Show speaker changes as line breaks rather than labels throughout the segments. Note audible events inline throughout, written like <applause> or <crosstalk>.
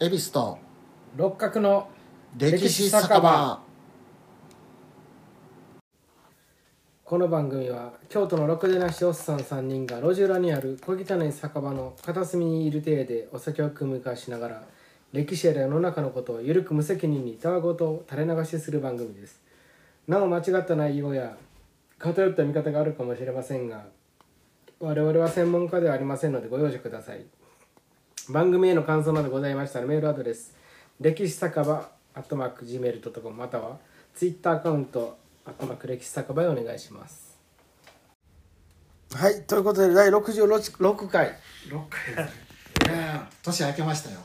恵比寿と
六角の
歴史酒場
この番組は京都のろくでなしおっさん3人が路地裏にある小汚い酒場の片隅にいる体でお酒を組み交わしながら歴史や世の中のことをゆるく無責任にたわごとを垂れ流しする番組ですなお間違った内容や偏った見方があるかもしれませんが我々は専門家ではありませんのでご容赦ください番組への感想などございましたらメールアドレス歴史酒場アットマーク Gmail.com またはツイッターアカウントアットマーク歴史酒場へお願いしますはいということで第66回
6回年明けましたよ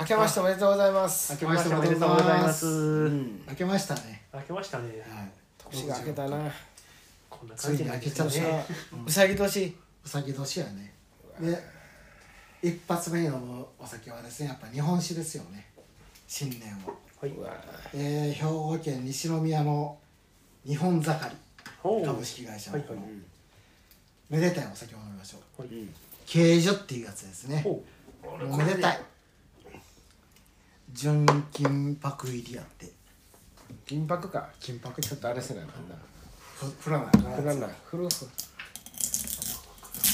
明けましておめでとうございます
明けましてお
お
め
め
で
で
と
と
う
う
ござ
ござ
い
い
ま
ますす
明けましたね
明けましたね。
はい
年が明けたな
こんな
つ
感
い
じ
に
な
明
んで
け
す
ちゃ
よ
った
ね。
うさぎ年。
うさぎ年やねで一発目のお酒はですねやっぱ日本酒ですよね新年を、
はいう
わ
えー兵庫県西宮の日本盛
お
り
う
株式会社の、
はいはい
めでたいお酒を飲みましょう
はい
慶女っていうやつですね
おう
おめでたい純金箔入りやって
銀箔か
金箔
ちょっとあれせないもんな
ふ振らないか
これなんだフルフ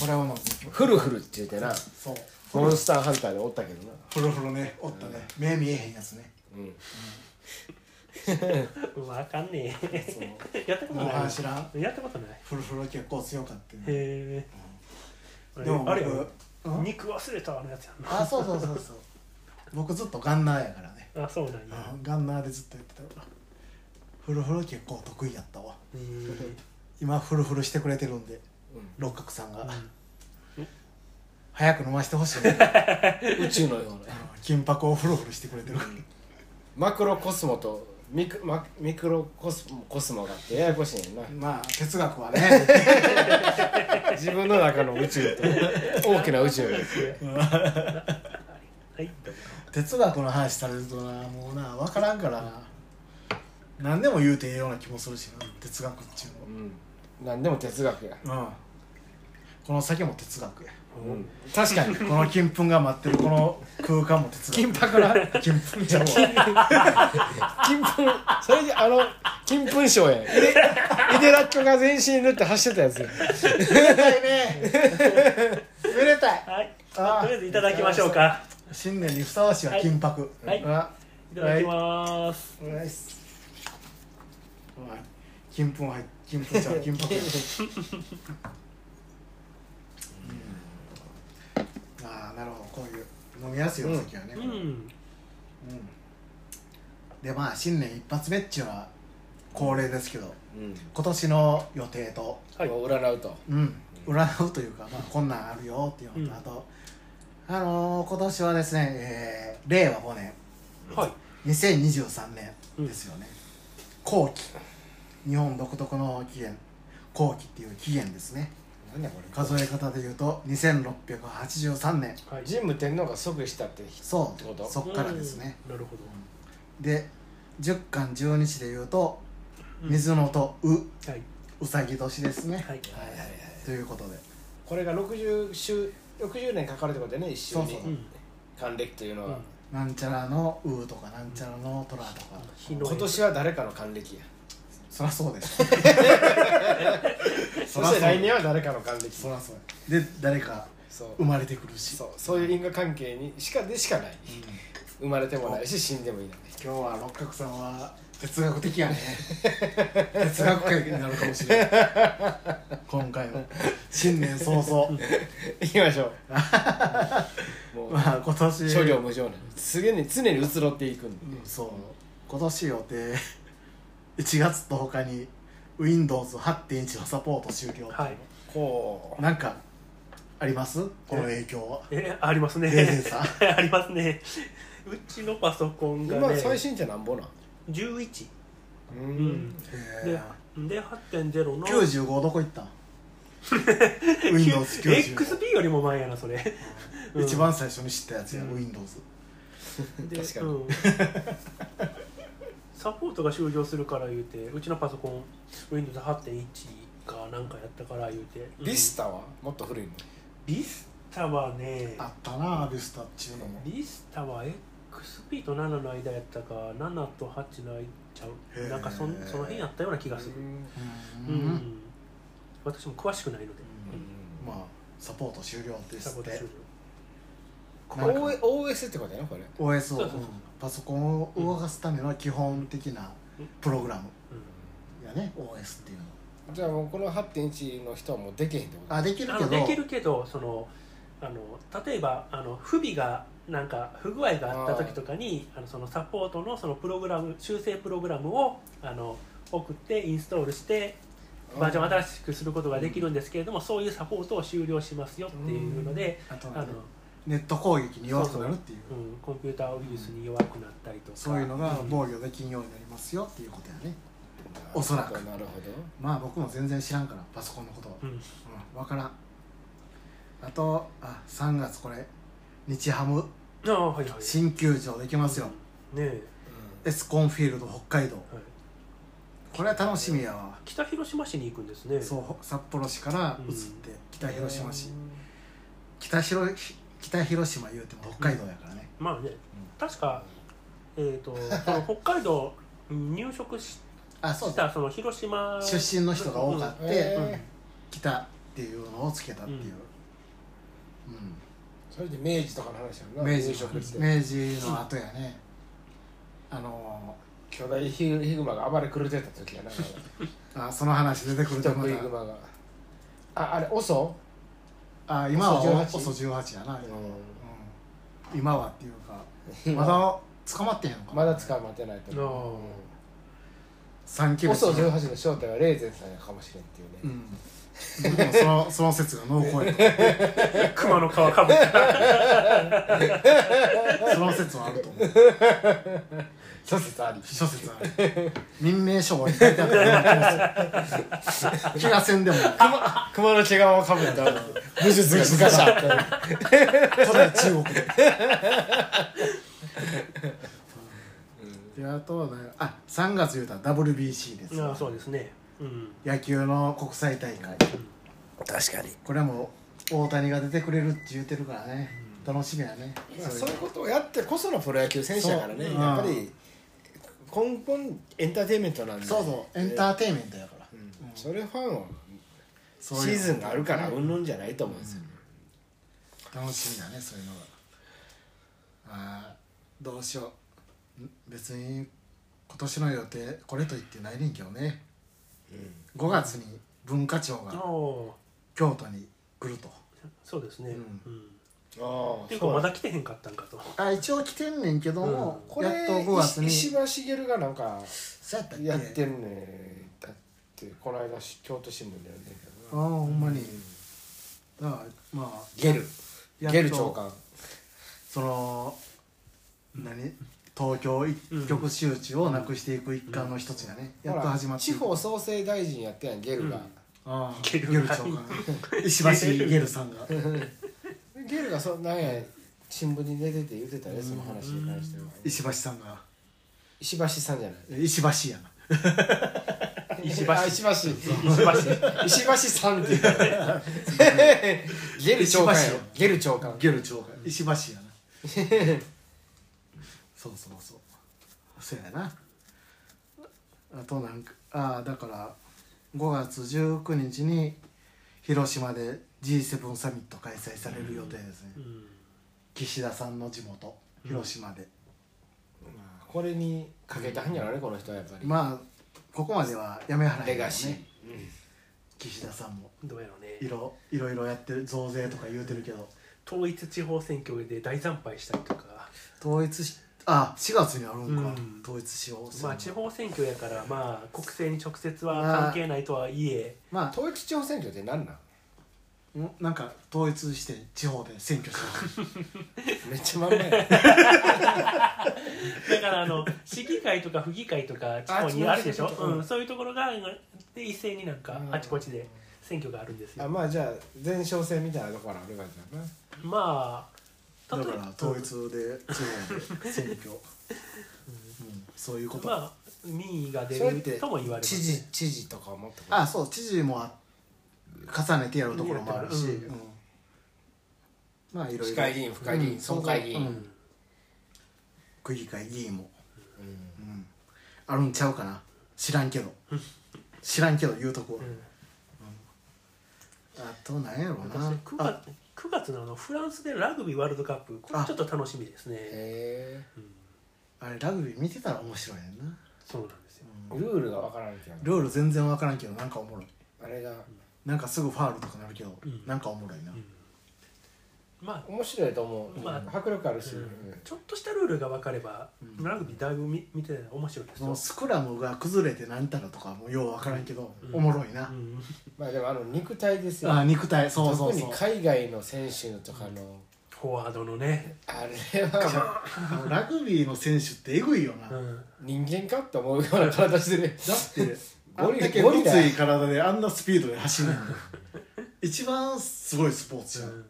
これを飲んでいきます
フルフルって言うてな
そう
モンスターハンターでおったけどな
ふろふろねおったね、目見えへんやつね
わかんね
そう
え。 <laughs> やったこと
あ
な
知らん
い。やったことない。へ
ふろふろ結構強かったよね
え。あれ
でも僕
あれよ
うん
肉忘れたあのやつやん
あそうそうそうそう僕ずっとガンナーやからね、
な。あ、そうなんや。
ガンナーでずっとやってたわふろふろ結構得意やったわ
へえ
今フルフルしてくれてるんで、六角さんが、早く飲ましてほしいね
<laughs>
宇宙のような
あの金箔をフルフルしてくれてるから
マクロコスモとミクマミクロコスモコスモがあってややこしいねんな
まあ哲学は
<laughs>
ね
自分の中の宇宙と <laughs> 大きな宇宙
はい。
哲学の話されるとなもうな分からんからな何でも言うてええような気もするしな哲学っちゅ
う
うん
何でも哲学や、
のはうんこの先も哲学や
うん、確かに
この金粉が待ってるこの空間も哲学
金箔な
金粉じゃもう
金粉それであの金粉賞やイデイデラッチョが全身塗って走ってたやつや
めでたい <laughs> ねめでたい
はい。
あー
<laughs> とりあえずいただきましょうか。
新年にふさわしいは金箔
はい
あ
いただきます。
お願いっすおい金粉入っ金粉ち <laughs> ゃう金箔やうんああなるほどこういう飲みやすいお酒はね、
う
これうん
ん。
でまあ新年一発目っちゅうのは恒例ですけど
うん
今年の予定と、
はい
もう占うと
うん、占うというか、まあ、こんなんあるよっていうのと、
うん
あとあのー今年はですね、えー令和5年
はい。
2023年ですよね、後期日本独特の起源後期っていう起源ですね
何だこれ
数え方でいうと2683年
はい。
神武天皇が即したって
そ
ってこと
うそっからですね
うん。なるほど。
で十巻十二支でいうと
うん
水のとう
はい。
うさぎ年ですね、
はい。
ということで
これが60週60年かかるってことだよね一周に
そう
う
そ
ん。
還暦というのは、
なんちゃらのうとかなんちゃらの虎とか、
日の
今年は誰かの還暦や
そらそうですそ
そ
ら
し
そう
て来年は誰かの還暦
そらそうで誰か
そう
生まれてくるし
そうそういう因果関係にしかでしかない
うん
生まれてもないし死んでもいない
今日は六角さんは哲学的や <laughs> ね哲学会になるかもしれない今回は新年早々
行きましょうもう
<laughs> まあ今年
諸行無常なの常に常に移ろっていくんで
うんそう今年予定1月10日に Windows8.1 のサポート終了、
はい。
こう
なんかありますこの影響は
えありますね
冷静 <laughs> さ
<laughs> ありますねうちのパソコンがね
今最新ってなんぼなん
11
う
うんんで
へ
で8.0の
え95どこ行 <laughs> ったん ?Windows95
XP よりも前やなそれうん
一番最初に知ったやつや、
うん
Windows
で
確かに
うんサポートが終了するから言うてうちのパソコン Windows8.1 かなんかやったから言うて、うん
ビスタはもっと古いの
ビスタはね
あったなビスタっちゅうのも
ビスタはえっ XP と7の間やったか7と8の間ちゃ
へ
う
ー
なんかそんその辺やったような気がする
う
う、
んん
私も詳しくないので、
まあサポート終了で
サ
す
ポ
っ
ートす
て
る
なんか
OS ってことやなこれ
OS
そう
を
そうそう
パソコンを動かすための基本的なプログラムやね OS っていうの
じゃあもうこの8.1の人はもうできへんってこと
あでき
うん
る
あ
け
の
ど
できるけどそのあの例えばあの不備がなんか不具合があった時とかにあのそのサポートのそのプログラム修正プログラムをあの送ってインストールしてバージョンを新しくすることができるんですけれども、そういうサポートを終了しますよっていうので、
あとは
あの
ねネット攻撃に弱くなるっていう
うん、コンピューターウイルスに弱くなったりとか、
そういうのが
ん
防御できんようになりますよっていうことやねおそらく
なるほど
まあ僕も全然知らんからパソコンのことは
うん
うん、分からんあとあ3月これ日ハム
ああはいはい
新球場できますよ、
ねえ、
エスコンフィールド北海道
はい、
これは楽しみやわ、
北広島市に行くんですね
そう札幌市から移って北広島市、北広北広島言うても北海道やからね、
まあね確か、えー、とその北海道に入植し
あ <laughs> そう
し
だ
たその広島
出身の人が多かった、
え
うん
ー
北っていうのをつけたっていう、
それで明治とかの話
う
や
ん
んな
明治
入植して
明治の後やね、あの
巨大ヒグヒグマが暴れ <laughs> 狂ってた時やな
ーあその話出てくる
人
とま
食いグマがああれオソ
たあ今は
OSO18
OSO18 やな、
う
今
ん
うん今はっていうかま
今
だ捕まってへんのか
まだ捕まってないと思
あ
三
う
期
オ
目
ソ18の正体はレーゼンさんやかもしれんっていうね、
うん僕もそのその説が濃厚や
熊の皮かぶった
<laughs>
とその説はあると思う
諸説あり
諸説ある民命書に書いてあったら
<laughs>
気がせんでも
熊の毛皮をかぶった武術が難しかった
古代中国でであとはねあ3月言うたら WBC です
ああそうですねうん
野球の国際大会
確かに
これも大谷が出てくれるって言うてるからね楽しみやね
まあ、そういうことをやってこそのプロ野球選手だからね、
そう
やっぱり根本エンターテインメントなんで
そうそうエンターテインメントやから、
うんそれファンは
そ
シ
ういう
ーズンがあるからうんぬんじゃないと思うんですよ、
楽しみだねそういうのがあーどうしようん別に今年の予定これと言ってないねんけどね、5月に文化庁
あ
が
あ
京都に来ると
そうですね、
うん
うん
ああ
っていうかまだ来てへんかったんかと
あ一応来てんねんけども、
これ
やっと5月に
石破茂がなんか
そうやったっけ
やってるねだってこの間京都新聞で読んだけ
ああ
どな
ほんまに、だからまあ
ゲル
やっと
ゲル長官
その何東京一極集中をなくしていく一環の一つがね、やっと始まって
ほら地方創生大臣やってやんゲルが、
ああ
ゲル
ゲル長官石橋ゲルさんが
でゲルがそなんや新聞に出てて言ってたねその話に関しては
石橋さんが
石橋さんじゃない
え石橋やな
石橋
あ石橋
石橋
石橋さんっていうからねゲル長官やろ
石
ゲル長官
ゲル長官石橋やなそうそうそうそうやなあとなんかああだから5月19日に広島で G7 サミット開催される予定ですね、
うん
岸田さんの地元広島で、
これにかけたんやろねこの人はやっぱり、
まあここまではやめはらへ
レ
んけど
ガシー
ね、岸田さんも
どうやろうね
いろいろいろやってる増税とか言うてるけど
統一地方選挙で大惨敗したりとか
統一しあ4月にあるんか、
うん
統一しよう
まあ地方選挙やからまあ国政に直接は
まあ
関係ないとはいえ
まあ
統一地方選挙って何なん
んなんか統一して地方で選挙しよう
めっちゃまんまやね
だからあの市議会とか府議会とか地方にあるでしょ
あそういうこと
うん、そういうところがで一斉になんか
うん
あちこちで選挙があるんです
<laughs> あ
よ
まあじゃあ前哨戦みたいなところあるからじゃな
まあ
だ
<laughs> 例え
から
ば
統一で地方で選挙、うん、そういうこと、
まあ民意が出
それって
るとも言われます
知事知事とかもってこと
あそう知事もあ重ねてやるところもあるし、
うん
うんまあいろいろ
市会議員府会議員
うんそう
村会議員
うん区議会議員も、
うん
うん、あるんちゃうかな知らんけど知らんけど言うとこ、あとなんやろうな
私9
あ
月9月のあのフランスでラグビーワールドカップこれちょっと楽しみですね、
へ
うん
あれラグビー見てたら面白いねんな、
そうなんですよ
う
え
ん
ルールがわからんけど
ルール全然わからんけどなんかおもろい
あれが
なんかすぐファールとかなるけど、
うん
なんかおもろいな、
うんまあ
面白いと思う、
まあ
迫力あるし、
うん
うん
ちょっとしたルールが分かれば、
うん
ラグビーだいぶ見見てたら面白いです
もう
よ、
スクラムが崩れてなんたらとかもようわからんけど、
うん
おもろいな、
うん
まあでもあの肉体ですよ
あ肉体そうそうそう
特に海外の選手とかの、
フォワードのね、
あれは
あのラグビーの選手ってえぐいよな、
う
だっ
ん、
人間かって思うような体してる
て <laughs> あ
ゴリ
んだけ
ゴリだ
熱い体であんなスピードで走るの一番すごいスポーツじゃん、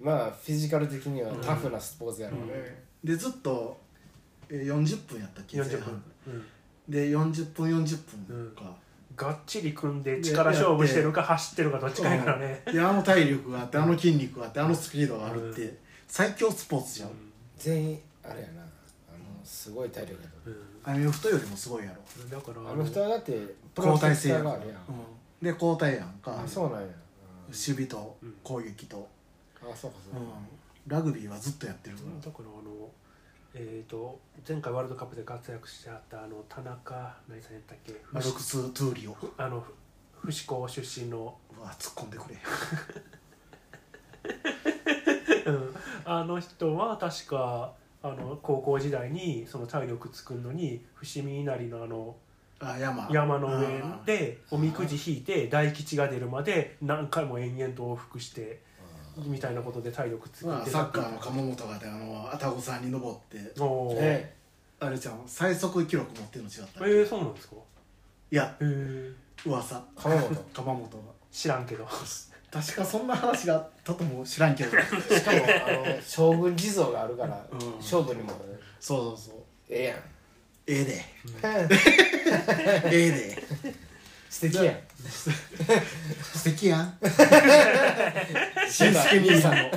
まあフィジカル的にはタフなスポーツやろうね、
でずっとえー40分やったっけ前
40
半
分、うん、
で40分40分か、
がっちり組んで力勝負してるか走ってるかどっちかやからね、
うんであの体力があってあの筋肉があってあのスピードがあるって、最強スポーツじゃん、
全員あれやなあのすごい体力やと
うん
アメフトよりもすごいやろ、
だから
あの人はだってプロ
交
テ
代
ク
制
タ
や
ー
ん
があるや
う
ん
ん、で交代やんか、
あ
守
そうなんや
備と
うん
攻撃と、
あそうかそう
う
か、
んラグビーはずっとやってるか
うんだ
ら、
からあのえー、と前回ワールドカップで活躍しちゃったあの田中何さんやったっけ
マルクス・トゥーリオう
あのふ伏子出身の
わ突っ込んでくれ
うん <laughs> あの人は確かあの高校時代にその体力作るのに伏見稲荷のあの
あ山
山の上
あー
でおみくじ引いて大吉が出るまで何回も延々と往復してみたいなことで体力作
ま
っ
あ
て
サ
た
ッカーの鴨本がであのアタゴさんに登って
おーえ
ね
あれじゃん最速記録持ってるの違ったっけ
ー、そうなんですか
いや
えー、
噂 <laughs>
鎌本
鎌本が
知らんけど
確かそんな話があったとも知らんけど
しかもあの将軍地蔵があるから、
うん
勝負にも
そうそうそう
ええやん
ええでええで
素敵やん
素敵や <laughs> んしんすけ兄さんの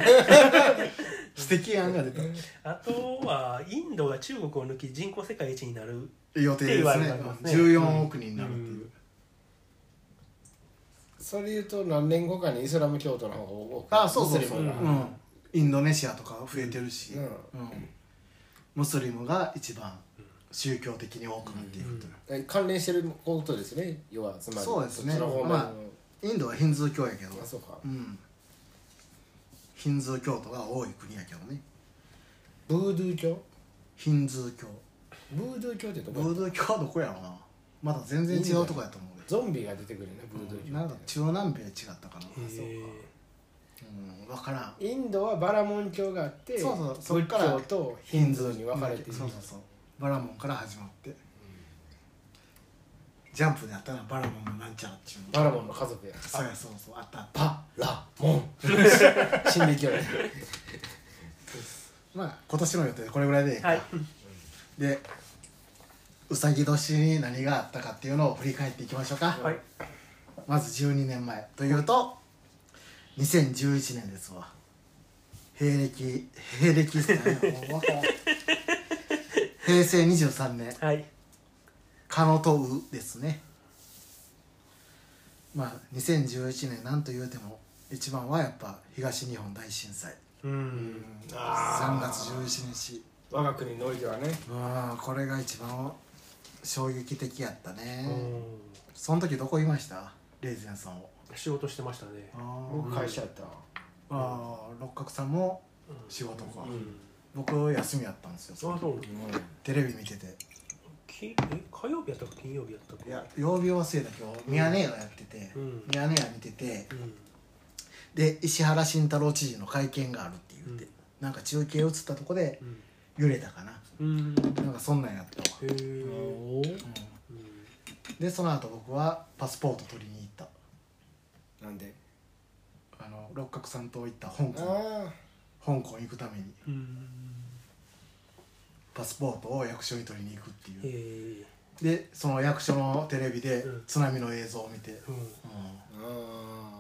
<laughs> 素敵やんが出た
あとはインドが中国を抜き人口世界一になる
予定で
って言わ
す
れ
ね
てますね
14億人になるっていう、
うん
それ言うと何年後かにイスラム教徒の方が多く
ああそうそうそう、う
ム
ん
スリムが
インドネシアとか増えてるし、
うん
うんムスリムが一番宗教的に多くなっているという、
え関連してることですね要はつまり
そうですね
っちの方面の、
まインドはヒンズー教やけど
あそうか
うんヒンズー教徒が多い国やけどね
ブードゥー教
ヒンズー教
ブードゥー教ってど
ブ
こや
ードゥー教はどこやろうなまだ全然違うとこやと思う
ゾンビが出てくるねブードゥ
よ
ー教
なんか中南米違ったかな、
え
うん、分からん
インドはバラモン教があって
そうそうそっから
仏教とヒンズーに分かれている
そうそうそうバラモンから始まって、ジャンプであったらバラモンのなんちゃらっちゅうの
バラモンの家族や
そうやそうそうあったあった
バラモン心理教や
まあ今年の予定これぐらいでええか、
はい
でうさぎ年に何があったかっていうのを振り返っていきましょうか、
ーはい
まず12年前というと2011年です
<laughs>
わ平暦平暦っすねもうわからん平成23年
はい
カノとウですねまあ2011年なんと言うても一番はやっぱ東日本大震災
うん
3月11日
我が国においてはね
ああこれが一番衝撃的やったね
うん
その時どこいましたレイゼンさんを
仕事してましたね
あ
僕
ー
会社やったわ
あー六角さんも
うん
仕事か、
うん
僕休みやったんですよ
あそう
テレビ見てて
きえ火曜日やったか金曜日やったか
いや曜日を忘れたけどミヤネ屋がやってて、
うん
ミヤネ屋見てて、
うん
で石原慎太郎知事の会見があるって言って、
うん
なんか中継映ったとこで
うん
揺れたかな
うん
なんかそんなんやったわ、
へえ
うんでその後僕はパスポート取りに行っ
なんで
たあの六角さんと行った香港
ああ
香港行くために
うん
パスポートを役所に取りに行くっていう
へえ
でその役所のテレビで
うん
津波の映像を見て、うん
うん
ああ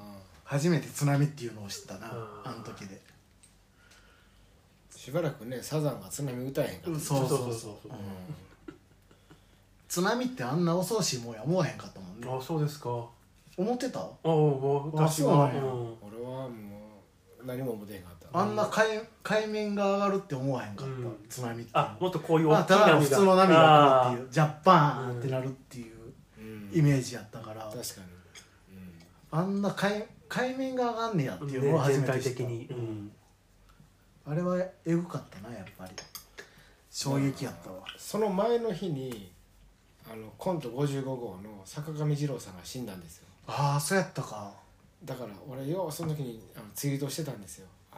初めて津波っていうのを知ったな
あー
あの時で
しばらくねサザンが津波歌えへんかった、
そうそうそう
そう
津波ってあんな恐ろしいもんや思わへんかったもんね
あそうですかあ
思ってた
あ私
あ
は
そうなんや
うん
俺はもう何も思てへんかった
あんな海海面が上がるって思わへんかった、
うん
津波って
あもっとこういう
まあ、
大きい
た
波
だ
が
普通の波が来るって
う
いうジャッパーンってなるっていう
うん
イメージやったから、
確かに、うん
あんな海海面が上がんねやっていうのを
ね
初
全
めて
体
知っ
的
た、
にうん
あれはエグかったなやっぱり衝撃やったわ、
その前の日にあのコント55号の坂上二郎さんが死んだんですよ
ああそうやったか
だから俺ようその時にあのツイートしてたんですよあ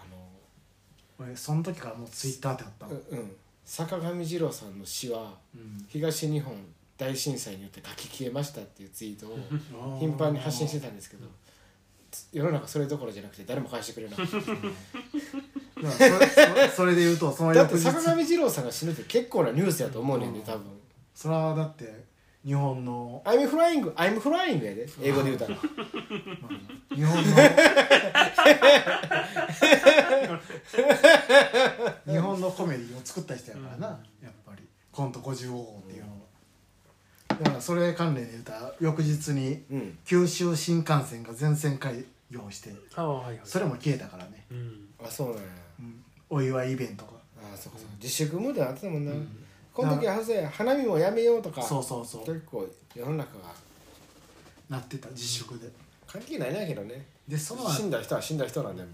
俺その時からもうツイッターでやった
の
の、
ううん坂上二郎さんの死は
うん
東日本大震災によって書き消えましたっていうツイートを頻繁に発信してたんですけど世の中それどころじゃなくて誰も返してくれなかった
たそれそそれで言うとその
だっ
翌
て
日
坂上二郎さんが死ぬって結構なニュースやと思うねんで、
うん
多分
それはだって日本の
「アイムフライング」「アイムフライング」やで英語で言うたら
日本の日本のコメディを作った人やからな、やっぱりコント55号っていうのは、だからそれ関連で言うたら翌日に
うん
九州新幹線が全線開業して
ああはいはい
それも消えたからね、
うん
あそうなんや
うんお祝いイベントが
あそうかそうか自粛ムードになってたもんな、
ん
この時はずや花見もやめようとか
そうそうそう
結構世の中が
なってた自粛で
関係ないんやけどね
でその
死んだ人は死んだ人なんでも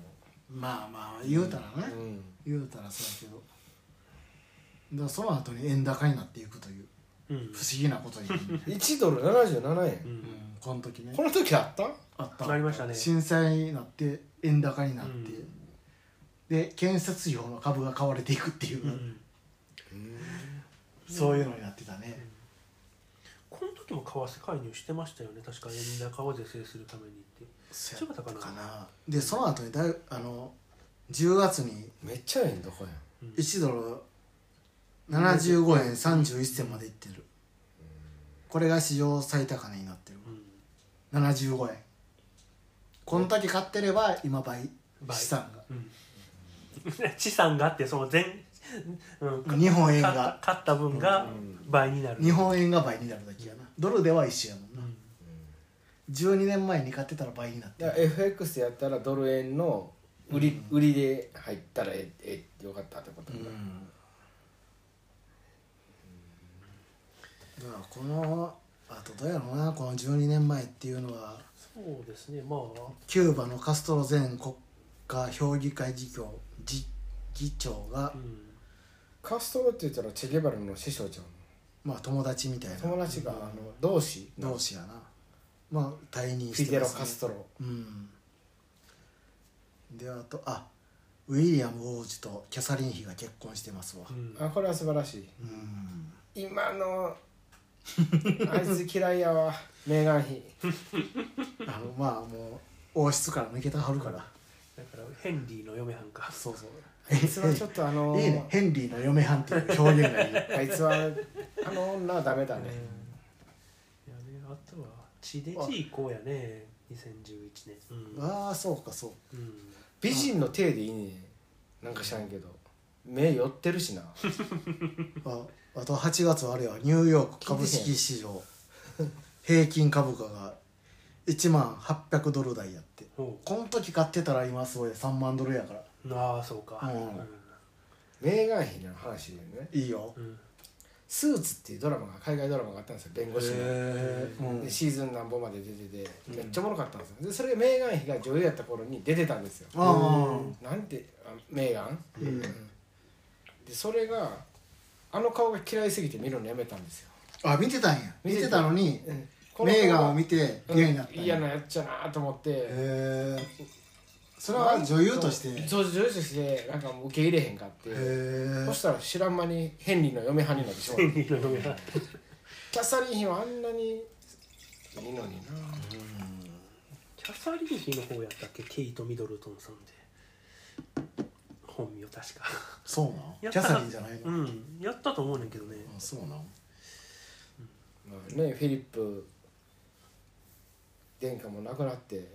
まあまあ言うたらね、
う、うん、
言うたらそうやけどだからその後に円高になっていくという
うん
不思議なことに、う
1ドル77
う
円、
ん
ん、この時ね
この時あった
あった
なりましたね
震災になって円高になって、
うん
で建設業の株が買われていくっていう、
うん
そういうのになってたね、
この時も為替介入してましたよね確か円高を是正するためにって
そ
そうやったかな
でその後にだいあの10月に
めっちゃええんどこやん
1ドル75円31銭までいってるこれが史上最高値になってる
うん
75円この時買ってれば今倍
倍
資産が
うん <laughs> 資産があってその全、うん、
日本円
買った
が
買った分が倍になる
日本円が倍になるだけやなドルでは一緒やもん
う
なん12年前に買ってたら倍になって
だから
る
FX やったらドル円の売り,、売りで入ったらえええよかったってこと
う
だ、
んだからこのあとどうやろうなこの12年前っていうのは
そうですねまあ
キューバのカストロ前国家評議会議長議議長が
う、ん
カストロって言ったらチェゲバラの師匠ちゃん
まあ、友達みたいな
友達があの同志
同士やなまあ退任
フ
し
ィ
て
デロ・
ますね
カストロ
うんであとあウィリアム王子とキャサリン妃が結婚してますわ
うん
あこれは素晴らしい
うん
今のあいつ嫌いやわ <laughs> メーガン妃
あのまあもう王室から抜けたはるから
だからヘンリーの嫁はんか
そうそう
あいつはちょっとあ
<laughs>
の
いいねヘンリーの嫁はんっていう表現がいい
あいつはあの女はダメだ
うん
ね
いやねあとは地デジ行こうやね2011年う
<laughs>
ん
ああそうかそう
うん
美人の体でいいねなんか知らんけど目寄ってるしな
ああと8月はあれはニューヨーク株式市場平均株価が1万800ドル台やって
ほ
この時買ってたら今すごい3万ドルやから
うああそうか
うん
メーガン妃の話でね
いいよ
うん
スーツっていうドラマが海外ドラマがあったんですよ弁護士の
えうん
でシーズン何本まで出ててめっちゃおもろかったんですよでそれがメーガン妃が女優やった頃に出てたんですよ
あ
なんてあメーガン、
うん
うんでそれがあの顔が嫌いすぎて見るのやめたんですよ、
ああ見てたんや見てたのに
この顔
メ
が
ーガンを見て
うん
嫌になったんや
嫌なやっちゃなと思って、
へえそれは女優としてへ
そう女優としてなんかもう受け入れへんかって
え
そしたら知らん間にヘンリーの嫁派になってしまう
ヘンリーの嫁はん
キャサリン妃はあんなにいいのにな
キャサリン妃の方やったっけケイト・ミドルトンさんで本名確か
そうな <laughs> のキ
やった
ャサリンじゃないの、
う
あ
んやったと思うねんけどね
そうなの
まあねフィリップ殿下も亡くなって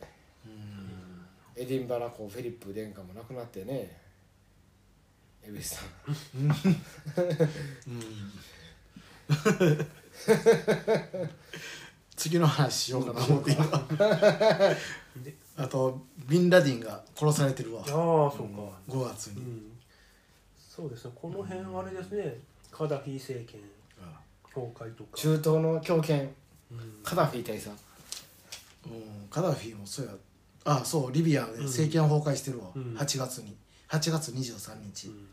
エディンバラ公フィリップ殿下も亡くなってねエビスさん
うん、 <laughs> 次の話しようかな思って今
で
あとビンラディンが殺されてるわ
ああそうか、
5月
う
に、
ん、そうですねこの辺あれですねカダフィ政権崩壊とか、
中東の強権
うん
カダフィ大佐
うん、カダフィもそうやあそうリビアで政権崩壊してるわ、
うん
8月に8月23日、
うん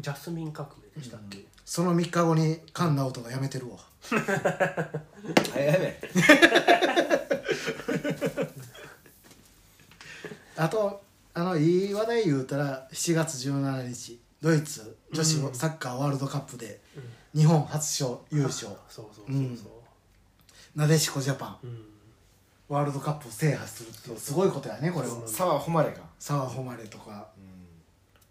ジャスミン革命でしたっけ、
その3日後に菅直人が辞めてるわ
早いね
あとあのいい話題言うたら7月17日ドイツ女子
うん
サッカーワールドカップで
うん
日本初勝優勝
あそうそうそうそう
なでしこジャパン
うん、
ワールドカップを制覇するっていうすごいことやねこれは
沢誉れか
澤誉れとか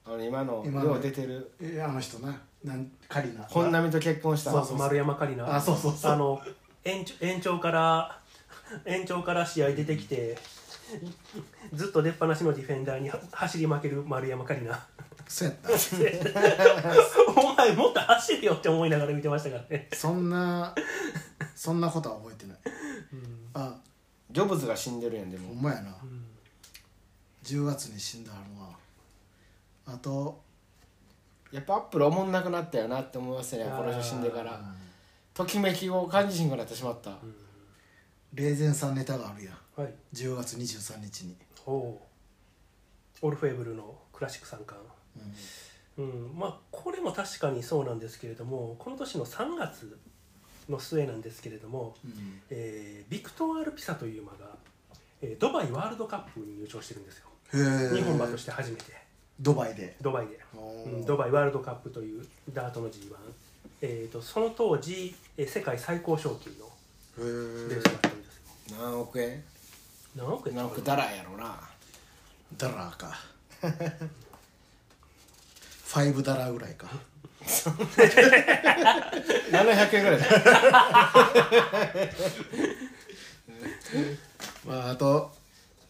あの今の
今の
よう出てる
えあの人ななんカリナ
本並と結婚した
そうそう
丸山桂里
あ
奈
そうそうそう
あの延長延長から <laughs> 延長から試合出てきてずっと出っ放しのディフェンダーには走り負ける丸山桂里奈
そうやった
<laughs>
<laughs>
お前もっと走るよって思いながら見てましたからね、
そんなそんなことは覚えてない
うん
あ
ジョブズが死んでるやんで
ほん
も
まやな
うん
10月に死んだはるわあと
やっぱアップルおもんなくなったよなって思いますね
あー
この人死んでか
う
ら
ん
ときめきを感じひんくなってしまった
霊前さんネタがあるやん
はい
10月23日に、
ほうオルフェーブルのクラシック三冠
うん
うんまあこれも確かにそうなんですけれどもこの年の3月の末なんですけれども、
うん
えービクトーアル・ピサという馬が、えードバイワールドカップに優勝してるんですよ
へえ
日本馬として初めて
ドバイで
ドバイで、
お
うん
ー
ドバイワールドカップというダートの G1、えー、とその当時、えー世界最高賞金の
へ
レー
え
スだったんですよ
何億円
何億円
何億ダラーやろうな
ダラーか <laughs> ファイブダラーぐらいか
700円ぐらいだ <laughs>
まああと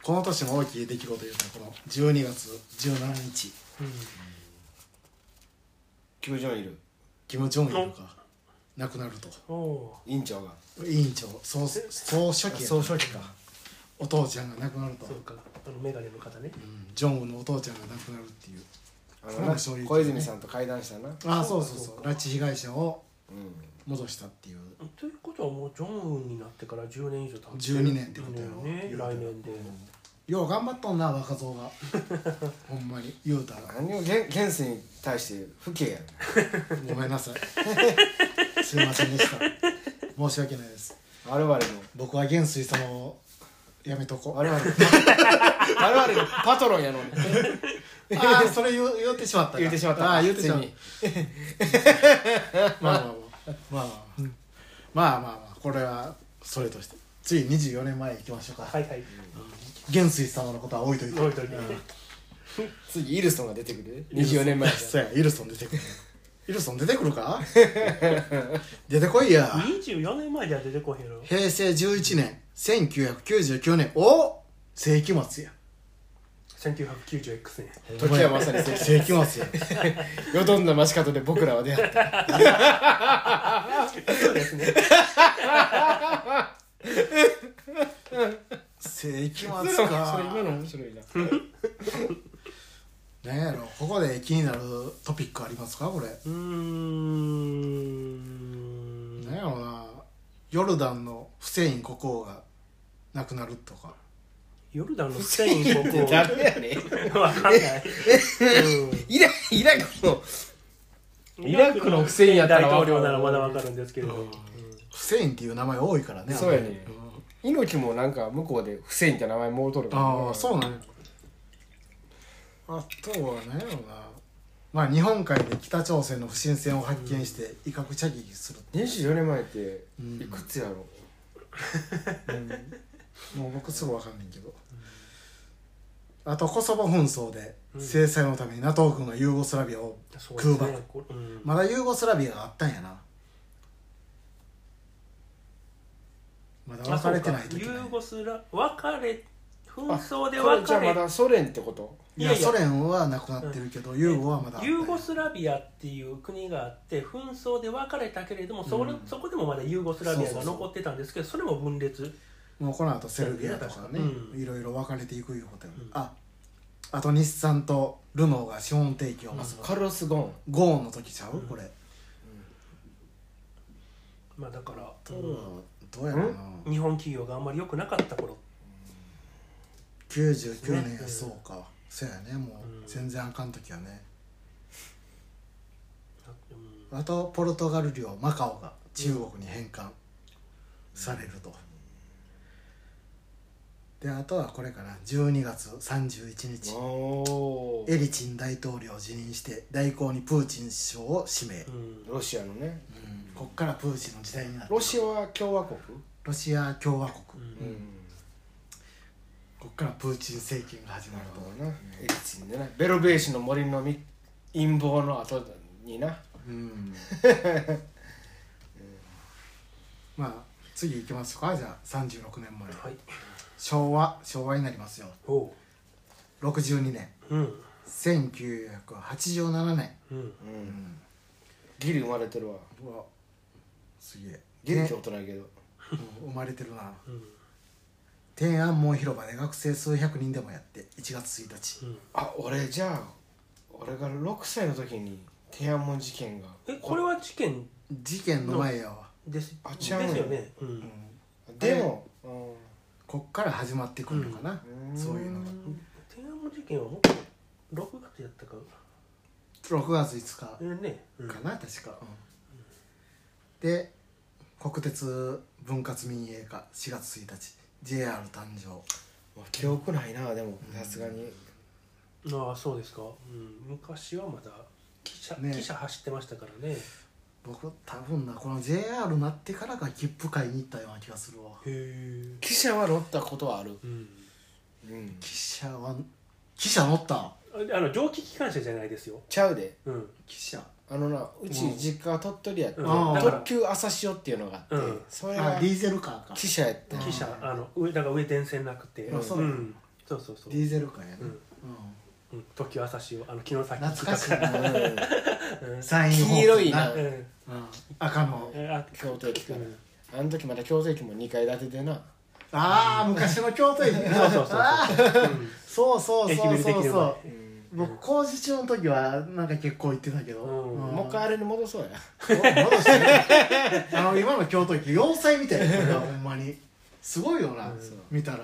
この年も大きい出来事言うとこの12月17日
キム・ジョンいる
キム・ジョンイルが亡くなると
うん、お
委員長が
委員長総総書記や
総書記か
お父ちゃんが亡くなる
ー
と
そうかあの眼鏡の方ね
うんジョンウンのお父ちゃんが亡くなるっていう
あ
それ
の
も
な
そういう
小泉さんと会談したなうん
ああそうそうそう拉致被害者を
う
戻したっていう
ということはもうジョンウンになってから10年以上経って
12年ってことやろ
ね
言うたら
来年で、
よう頑張っとんな若造がほんまに言うたら
何をげ現世に対して不敬やん
ごめんなさいすいませんでした申し訳ないです
我々の
<laughs> 僕は元帥様をやめとこ
我々の我々のパトロンやのに
うああ <laughs> それ言う言うてしまったか
言ってしまった
ああ言うてしまっ
ついに
たまあまあまあまあまあまあまあまあこれはそれとしてつい24年前行きましょうか、
はいはい
元帥様のことは置いといて
置いといて
次イルソンが出てくる24年前じ
そうやイルソン出てくるイルソン出てくるか <laughs> 出てこいや
24年前では出てこへんやろ
平成11年1999年お世紀末や
1990X ね
ゃん時はまさに世紀
世紀末や
よどんな街角で僕らは出会った
そうですね
世紀末か
の面白いな
何やろここで気になるトピックありますかこれ
うーん
何やろなヨルダンのフセイン国王が亡くなるとか
ヨルダンのフセイン国王
誰やねん
わかんない、
イライラクの
うん
イラクのフセインやったら
大統領ならまだわかるんですけれど、
フセインっていう名前多いからね
そうやね猪木もなんか向こうでフセインって名前もうとるから
ああそうなんやあとは何やろなまあ日本海で北朝鮮の不審船を発見して威嚇射撃する
24年前って
うん
いくつやろ
もう僕すぐ分かんないけど、あとコソボ紛争で制裁のために NATO 軍がユーゴスラビアを、
そうですね
空爆
これうん
まだユーゴスラビアがあったんやなまだ分かれてない
あそう
時
かユ
ね
ーゴスラ分かれ紛争で
これじゃあ
別
ま
れ
だソ連ってこと
い
い
や
やいや
ソ連はなくなってるけど、ユーゴはまだあったよ
ユーゴスラビアっていう国があって紛争で別れたけれどもそれ
うん
そこでもまだユーゴスラビアが残ってたんですけどそれも分裂
もうこの後セルビアとかね、
うん
いろいろ分かれていくいうことやもん
うん
ああと日産とルノーが資本提供をます、
カルロス・ゴーン
ゴーンの時ちゃう、
うん
これ、
まあだから
どうやろうな、
日本企業があんまり良くなかった頃
99年
う
や
ん
そうか、そうやねも
うん
う全然あかん時はね
うん
あとポルトガル領マカオが中国に返還されると、であとはこれかな12月31日
お
エリチン大統領を辞任して代行にプーチン首相を指名、
うん
ロシアのね
うんこっからプーチンの時代になって
ロシアは共和国
ロシア共和国、
うん
こっからプーチン政権が始ま
な
る
る
と
ほどなエリツィンでなベロベーシの森のみ陰謀の後にな
うん <laughs> まあ次行きますかじゃあ36年前、
はい
昭和昭和になりますよ
おう
62年
うん
1987年
うん
うんギリ生まれてるわ
うわすげえ
ギリって
ね
大人やけど
うん生まれてるな
うん
天安門広場で学生数百人でもやって1月1日
うん
あ俺じゃあ俺が6歳の時に天安門事件が
えこれは事件
事件の前やわ、
です
あ
です
違う
よ
の
ねう
うん
ん
でも
こっから始まってくるのかな、
ん
そういうのが
天安門事件はもっと6月やったか
6月5日、
えねうん
かな確か、で国鉄分割民営化4月1日 JR 誕生
もう記憶ないなでもさすがに
ああそうですか、うん、昔はまだ汽車,、
ね
汽車走ってましたからねへ
僕多分なこの JR なってからが切符買いに行ったような気がするわ
え
記者は乗ったことはある
うん
うん
汽車は汽車乗った
ああの蒸気機関車じゃないですよ
ちゃうで
うん
汽車
あのなうち実家は鳥取やって
うん
あー
だから
特急朝潮っていうのがあって
うん
それ
あ
が
ディーゼルカーか
記者やった
うん
汽車あの上だから上電線なくて
あそうだ
ん、そうそうそう
ディーゼルカーやね、
う
うんん
うん、時朝潮あの木の先
懐かしい
<laughs>
な
うん
山陰
黄色いな
う
うんん
赤の
えあ
京都駅から
うん
あの時まだ京都駅も2階建てでな
ああ昔の京都駅
<laughs>
な
そうそうそう
あー
そううん
そうそう
駅
そう
ビル
そ
的
う
に
そう
も
僕工事中の時はなんか結構行ってたけど、
うん
もう一回あれに戻そうや
回戻してね <laughs> あの今の京都駅要塞みたいなこ
<laughs>
れはほんまにすごいよな、
うん
見たら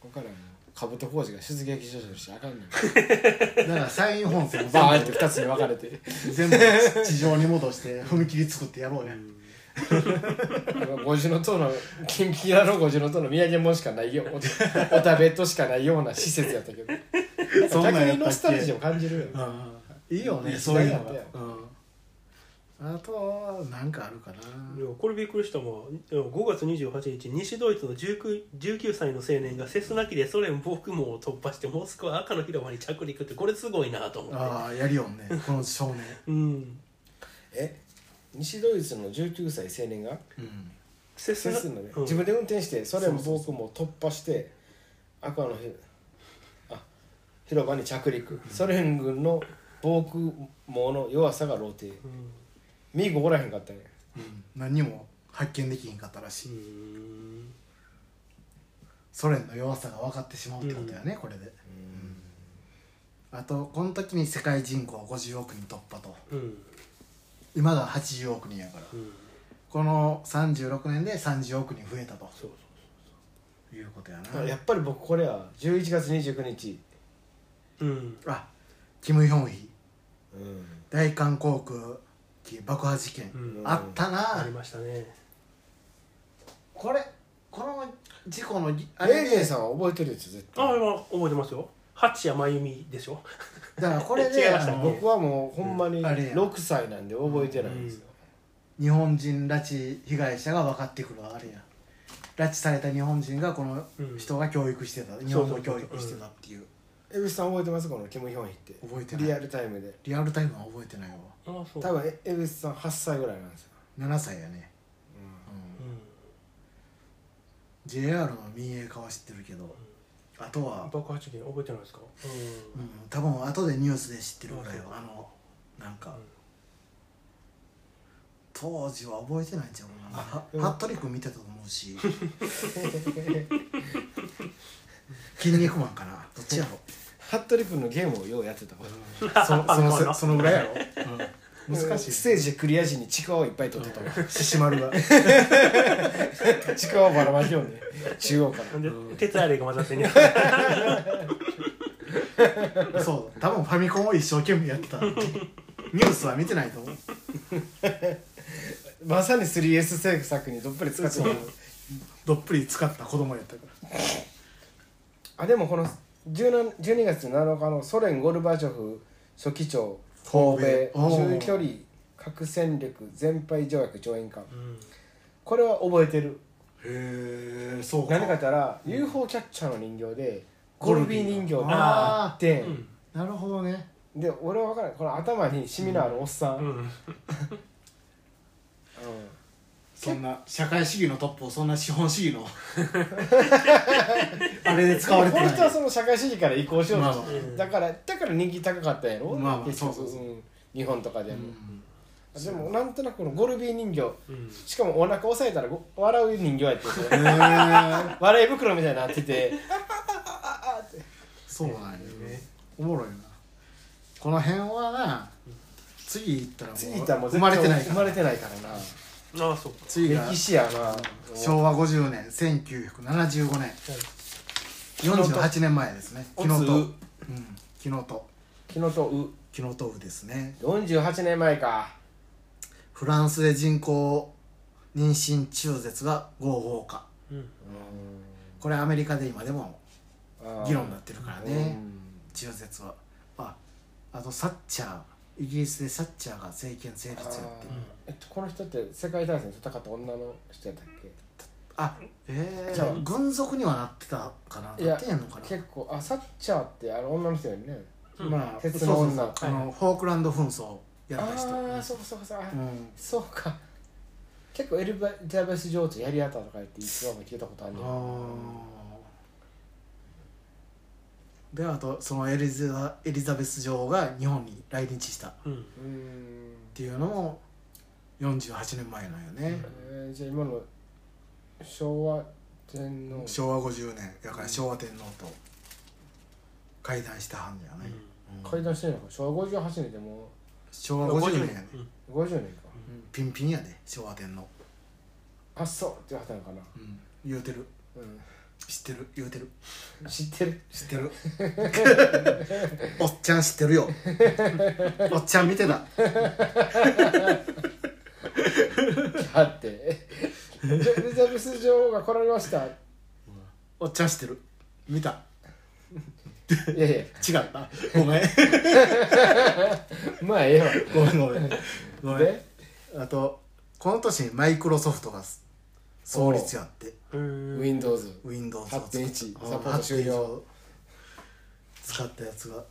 ここからもう兜工事が出撃所としてあかんねん
だから山陰本線を
バーン
全
って2つに分かれて
部全部地上に戻して踏切作ってやろうや、
五重塔の近畿屋の五重塔の土産物しかないよおお食べとしかないような施設やったけど
<laughs> そんなんやったっけ
逆にノスタルジーを感じるよね
いいよね
いい時
そうい
代
う
や
の
ったよ
うん、あとはなんかあるかない
やこれびっくりしたもん5月28日西ドイツの 19, 19歳の青年がセスナ機でソ連防空網を突破してモスクワ赤の広場に着陸ってこれすごいなと思って
ああやりよんねこの少年、
うん
え西ドイツの19歳青年が
うん、
セ
セ
スナ
スのね、
うん
自分で運転してソ連防空網を突破して赤のひあ広場に着陸ソ連軍の防空網の弱さが露呈
うん
ミーゴおらへんかったね
うん、何も発見できひんかったらしい、
うん
ソ連の弱さが分かってしまうってことやね、これであとこの時に世界人口50億人突破と
うん
今が80億人やから
うん
この36年で30億人増えたと
そう
いうことやな
あやっぱり僕これは11月29日、
そううん
あキム・ヒョンヒ
うん、
大韓航空機爆破事件、
うん
あったな
ありましたね
これこの事故のぎあ
レイ
れ
レイ
で
さんは覚えてるやつ絶
あ
対
今覚えてますよ八谷真由美でしょ
だからこれ
<laughs> 違い
で
まし
あ
た
の
僕はもうほんまに
うんあれや
6歳なんで覚えてないんですよ、
日本人拉致被害者が分かってくるわあれや拉致された日本人がこの人が教育してた、日本語教育してたっていう
江口さん覚えてますこのキム・ヒョンヒって
覚えてない
リアルタイムで
リアルタイムは覚えてないわ
あそう
多分え江口さん8歳ぐらいなんですよ、
7歳やね、うん
うん
JR の民営化は知ってるけど、あとは、
爆発事件覚えてないですか
う
うん
ん、多分後でニュースで知ってるぐらいよ
うん
あのなんか、
うん
当時は覚えてないんちゃうか
で
な
も
は服部君見てたと思うし <laughs>
<laughs>
筋肉マンかなどっちやろ
服部君のゲームをようやってたわ
<laughs> そのその
パンコンの
せそのぐらいやろ、難しい
ステージでクリア時にちくわをいっぱい取ってたわ
獅子丸が
ちくわをばらまきようね中央か
な
ら
んで鉄アレイが混ざってんねや
<laughs> そう多分ファミコンを一生懸命やってた <laughs> ニュースは見てないと思う
まさに 3S 制作にどっぷり使ってた
どっぷり使った子供やったから
あでもこの17 12月7日のソ連ゴルバチョフ書記長訪米
おー
中距離核戦略全廃条約調印館
うん
これは覚えてる
へえそうか
何かったら UFO キャッチャーの人形で
ゴ
ゴ
ル
ル
ビー
ビー人形
が
があって
うん
なるほどね
で俺は分からないこの頭にシミのあるおっさん、
う
うん
ん
そんな社会主義のトップをそんな資本主義 <laughs> のあれで使われて
こ
ない
の人はその社会主義から移行しようとして
まあまあ
だからだから人気高かったんやろ、
まあまあ
結局
そうそうそうん
日本とかで
う
も、
ん
でもなんとなくこのゴルビー人形
うん
しかもお腹押さえたらご笑う人形やってそれ
<laughs> へえ
笑い袋みたいになってて
そうなんよねおもろいなこの辺はな次行ったらもう
次いたらもう
生
絶
ま
対
れてない
生
か
ま
ら
れてないからな
ああそうか
次が
歴史やな
昭和50年1975年48年前ですね
お
昨日と、
お
うん
つ、
昨日と
昨日とう
昨日とうですね
48年前か
フランスで人工妊娠中絶が合法化
うん
これアメリカで今でも
あー
議論になってるからね、
うん
中絶はああとサッチャーイギリスでサッチャーが政権成立やってる
あーえっとこの人って世界大戦戦った女の人やったっ
あええ
じゃあ
軍属にはなってたかな
けい
なってんのかな
結構あサッチャーってあの女の人やね
うん
まあ
鉄の女
そうそうそうあのフォークランド紛争や
あ
った人
あーそうかそうかそうかあ
うん
そうか結構エリザベス女王とやり合ったとか言って一話も聞いたことあるねん
であとそのエリザエリザベス女王が日本に来日したっ
うん
うーん
ていうのも48年前なんよね、
えーじゃあ今の昭和天皇
昭和50年だから昭和天皇と会談したはんねやね、うん
会談してんのか昭和58年でも
昭和50年やね、
うん
う50年か
うんピンピンやで昭和天皇、
あっそうって言われたのかな、
うん、言うてる
う
知ってる言うてる
ん、知ってる
知ってる <laughs> おっちゃん知ってるよおっちゃん見てた
だって <laughs> エリザベス女王が来られましたい
おっちゃん知ってる見た
やいや
違ったごめん
<laughs> まあええわ
ごめんごめんごめん
で
あとこの年にマイクロソフトが創立やって
へー
Windows
Windows を
8.1
うん
サポート終了
使ったやつが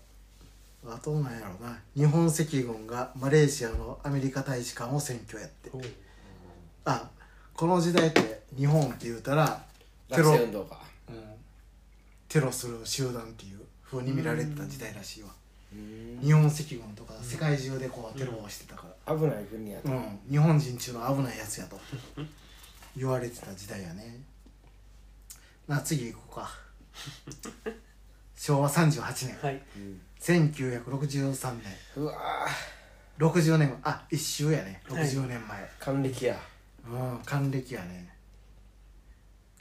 あとなんやろな日本赤軍がマレーシアのアメリカ大使館を占拠やって
うん
あこの時代って日本って言うたらテ
学
ロ
生運動か
うんテロする集団っていうふうに見られてた時代らしいわ
うん
日本赤軍とか世界中でこうテロをしてたから
危ない国やと、
うん、日本人中の危ないやつやと言われてた時代やねなあ次行こうか昭和38年
はい
1963年
うわ
60年あ一周やね60年前、
ー還暦や
うん還暦やね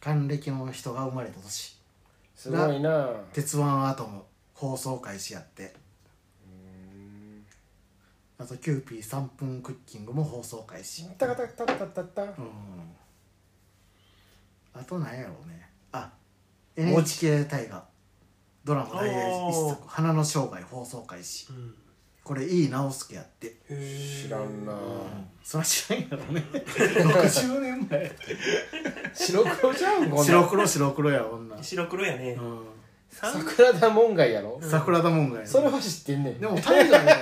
還暦の人が生まれた年
すごいな
「鉄腕アトム」放送開始やってあと「キューピー3分クッキング」も放送開始
タカタカタタタタ
うんあと何やろうねあ NHK 大河ドラマ大映一作「花の生涯」放送開始
うん
これいい直輔やって、
へー
知らんな
そら知らんやろ
<laughs>
ね60年前
白黒じゃんこん
<laughs>
な
白黒白黒や女、
白黒やね
う
三
桜田門外やろ
ん、桜田門外やね
それは知ってんねん
でも大河で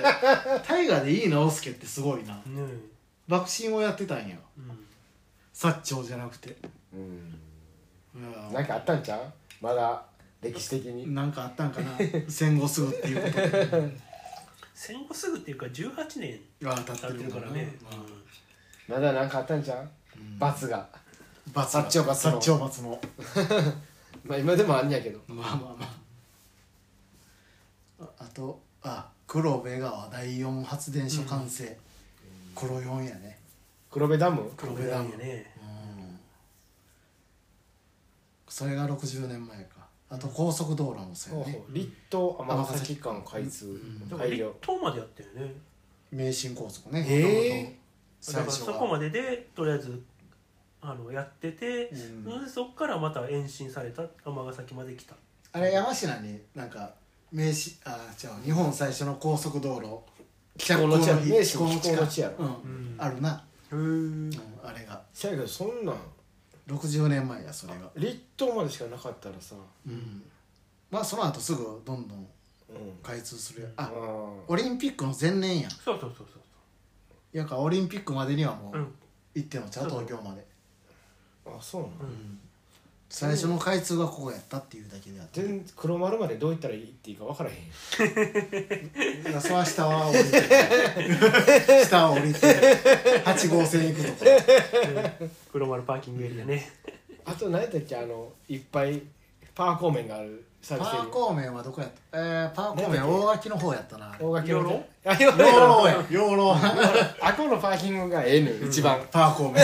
大河でいい直輔ってすごいな
ね
爆心をやってたんや
うん
薩長じゃなくて
うん
うん
なんかあったんちゃうまだ歴史的に
なんかあったんかな戦後すぐっていうこと
<laughs>
で
戦後すぐっていうか18年
ああ立
経ってるからね、
まあ
まだなんかあったんじゃん
うん
罰が
罰
薩長罰
薩
の
長罰の
まあ今でもあんねやけど
まあまあまああとあ黒部川第四発電所完成、黒四やね
黒部ダム
黒部ダムやね
うんそれが60年前かあと高速道路もそう
ほう
やね
ほう立東尼崎間開通
ん
でも
廃
立
業
東までやったよね
名神高速ね
え
え
だからそこま
で
ででとりあえずあのやってて、
うん
でそこからまた延伸された尼崎まで来た
あれ山科になんか名神あじゃあ日本最初の高速道路
気候の地やろ名神
気候の地
気候
か
の地やろ
うん
ん
あるな、
うん
うんあれが
せやけどそんなん
60年前やそれが
立東までしかなかったらさ
うんまあその後すぐどんどん
うん
開通するやん
あ
あ
ー
オリンピックの前年やん
そうそうそうそう
やからオリンピックまでにはも
そうう
うん行ってんのちゃう
そうそう
東京まで
あそうなの
うん
最初の開通がここやったっていうだけであって
全黒丸までどう行ったらいいっていいか分からへん
いやそれは下は降りて下は降りて8号線行くとか
黒丸パーキングエリ
<laughs>
アね
あと何やったっけあのいっぱいパーコーメンがあるサー
パ
ビスエリ
ーコーメンはどこやったえー、パーコーメン大垣の方やったなあれ
ア大垣
養老
のあ養老
養老や養老
あこのパーキングがええねん一番
パーコーメ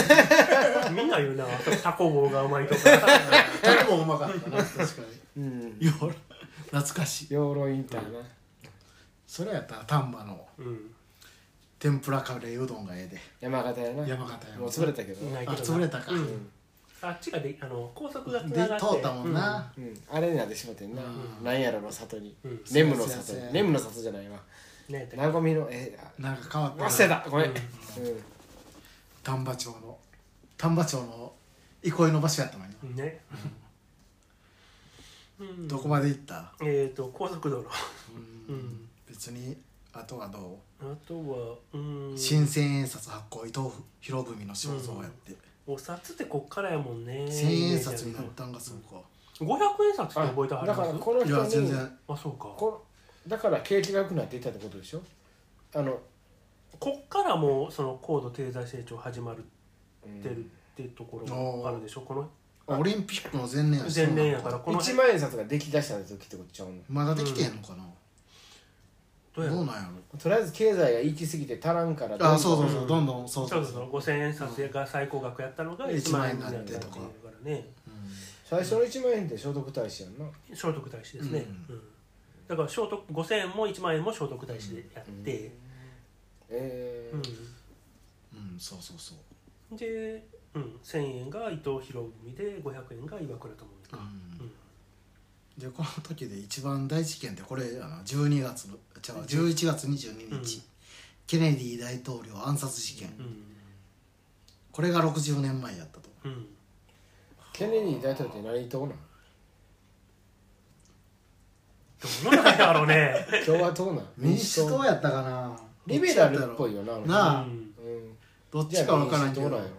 ン
みんな言うなタコ号がう
<laughs>
まいとか
とてもうまかったな確か
うん
に養老懐かしい
養老インターな
それやったら丹波の
うん
天ぷらカレーうどんがええ
山形やな
で山形や
もう潰れたけど
いない
あ
けど
潰
な
れたか、
う
うんん
あっちがであの高速がつ
で
ながって
通ったもんな、
うんあれになってしまってんな
うん
なんやろの里に
うんうん
ネムの
そう
里
やそうや
にネムの里じゃないわ
ねえだから
なごみのえあ
なんか変わったな
忘れたごめん
うん
うん
丹波町の丹波町の憩いの場所やったのに、
ね、うん
どこまで行った、
えっ、と高速道路
う
うんん
別にあとはど
あとはう
うん新千円札発行伊藤博文の肖像やって、
お札ってこっからやもんね
千円札になったんがそうか、
500円札って覚えては
あ
り
だ
ま
から
す
この
いや
人
全
に
然
あそうか
こだから景気が良くなっていったってことでしょあの
こっからもうその高度経済成長始まる
う
ってるっ
ん
てところがあるでしょこの
オリンピックの前年やし
前年やからこの
一万円札ができだした時ってことちゃうの
まだできてへんのかな、
どうやろ
どう
う
なんや
とりあえず経済が行き過ぎて足らんからどんどん
ろあそうそうそう、
うん
どんどんそう
そ
そうう
そう
そう
そう5000円札が最高額やったのが
うん
1万円
一
にな
万
っ
円
て
になっ
る
て
か
とから
ね
最初の一万円って聖徳太子やんな
聖徳太子ですね、
う
うんだから聖徳5000円も1万円も聖徳太子でやって、
え
うん
うん、うんそうそうそう、
で、うん、1000円が伊藤博文で500円が岩倉智美
うん
か、うん
でこの時で一番大事件ってこれあの12月のじゃあ11月22日、
うん
ケネディ大統領暗殺事件、
うん
これが60年前やったと
うん
ーケネディ大統領って何党なん
<laughs>
どうなんだろうね、
共和党なん
民主党やったかな
リベラルっぽい
どっちや
よな
な <laughs> あ
あ
うん
うん
たろどっ
じ
ち
ゃあ
か分からんけ
民主党
ど
なんやろ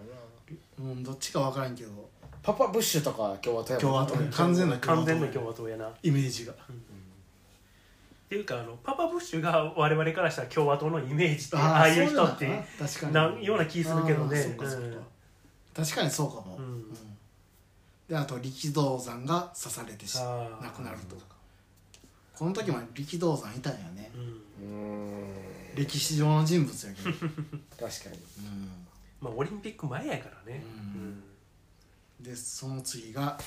うんどっちか分からんけど
なパパブッシュとか共和党やもん
共和
な
党完全な共
完
和党
全な共和党やなっ
イメージが
ていうかあのパパブッシュが我々からしたら共和党のイメージって
ー
ああいう人
そう
っ
な
て
のかな確かに
なような気するけどね
あーそうかそうか確かにそうかも、
うん
であと力道山が刺されてし亡
あー
くなるとこの時も力道山いたんやね
う、ん
うーん
歴史上の人物やけ
<laughs>
ど、うん
確かに
まあオリンピック前やからね、
うんでその次が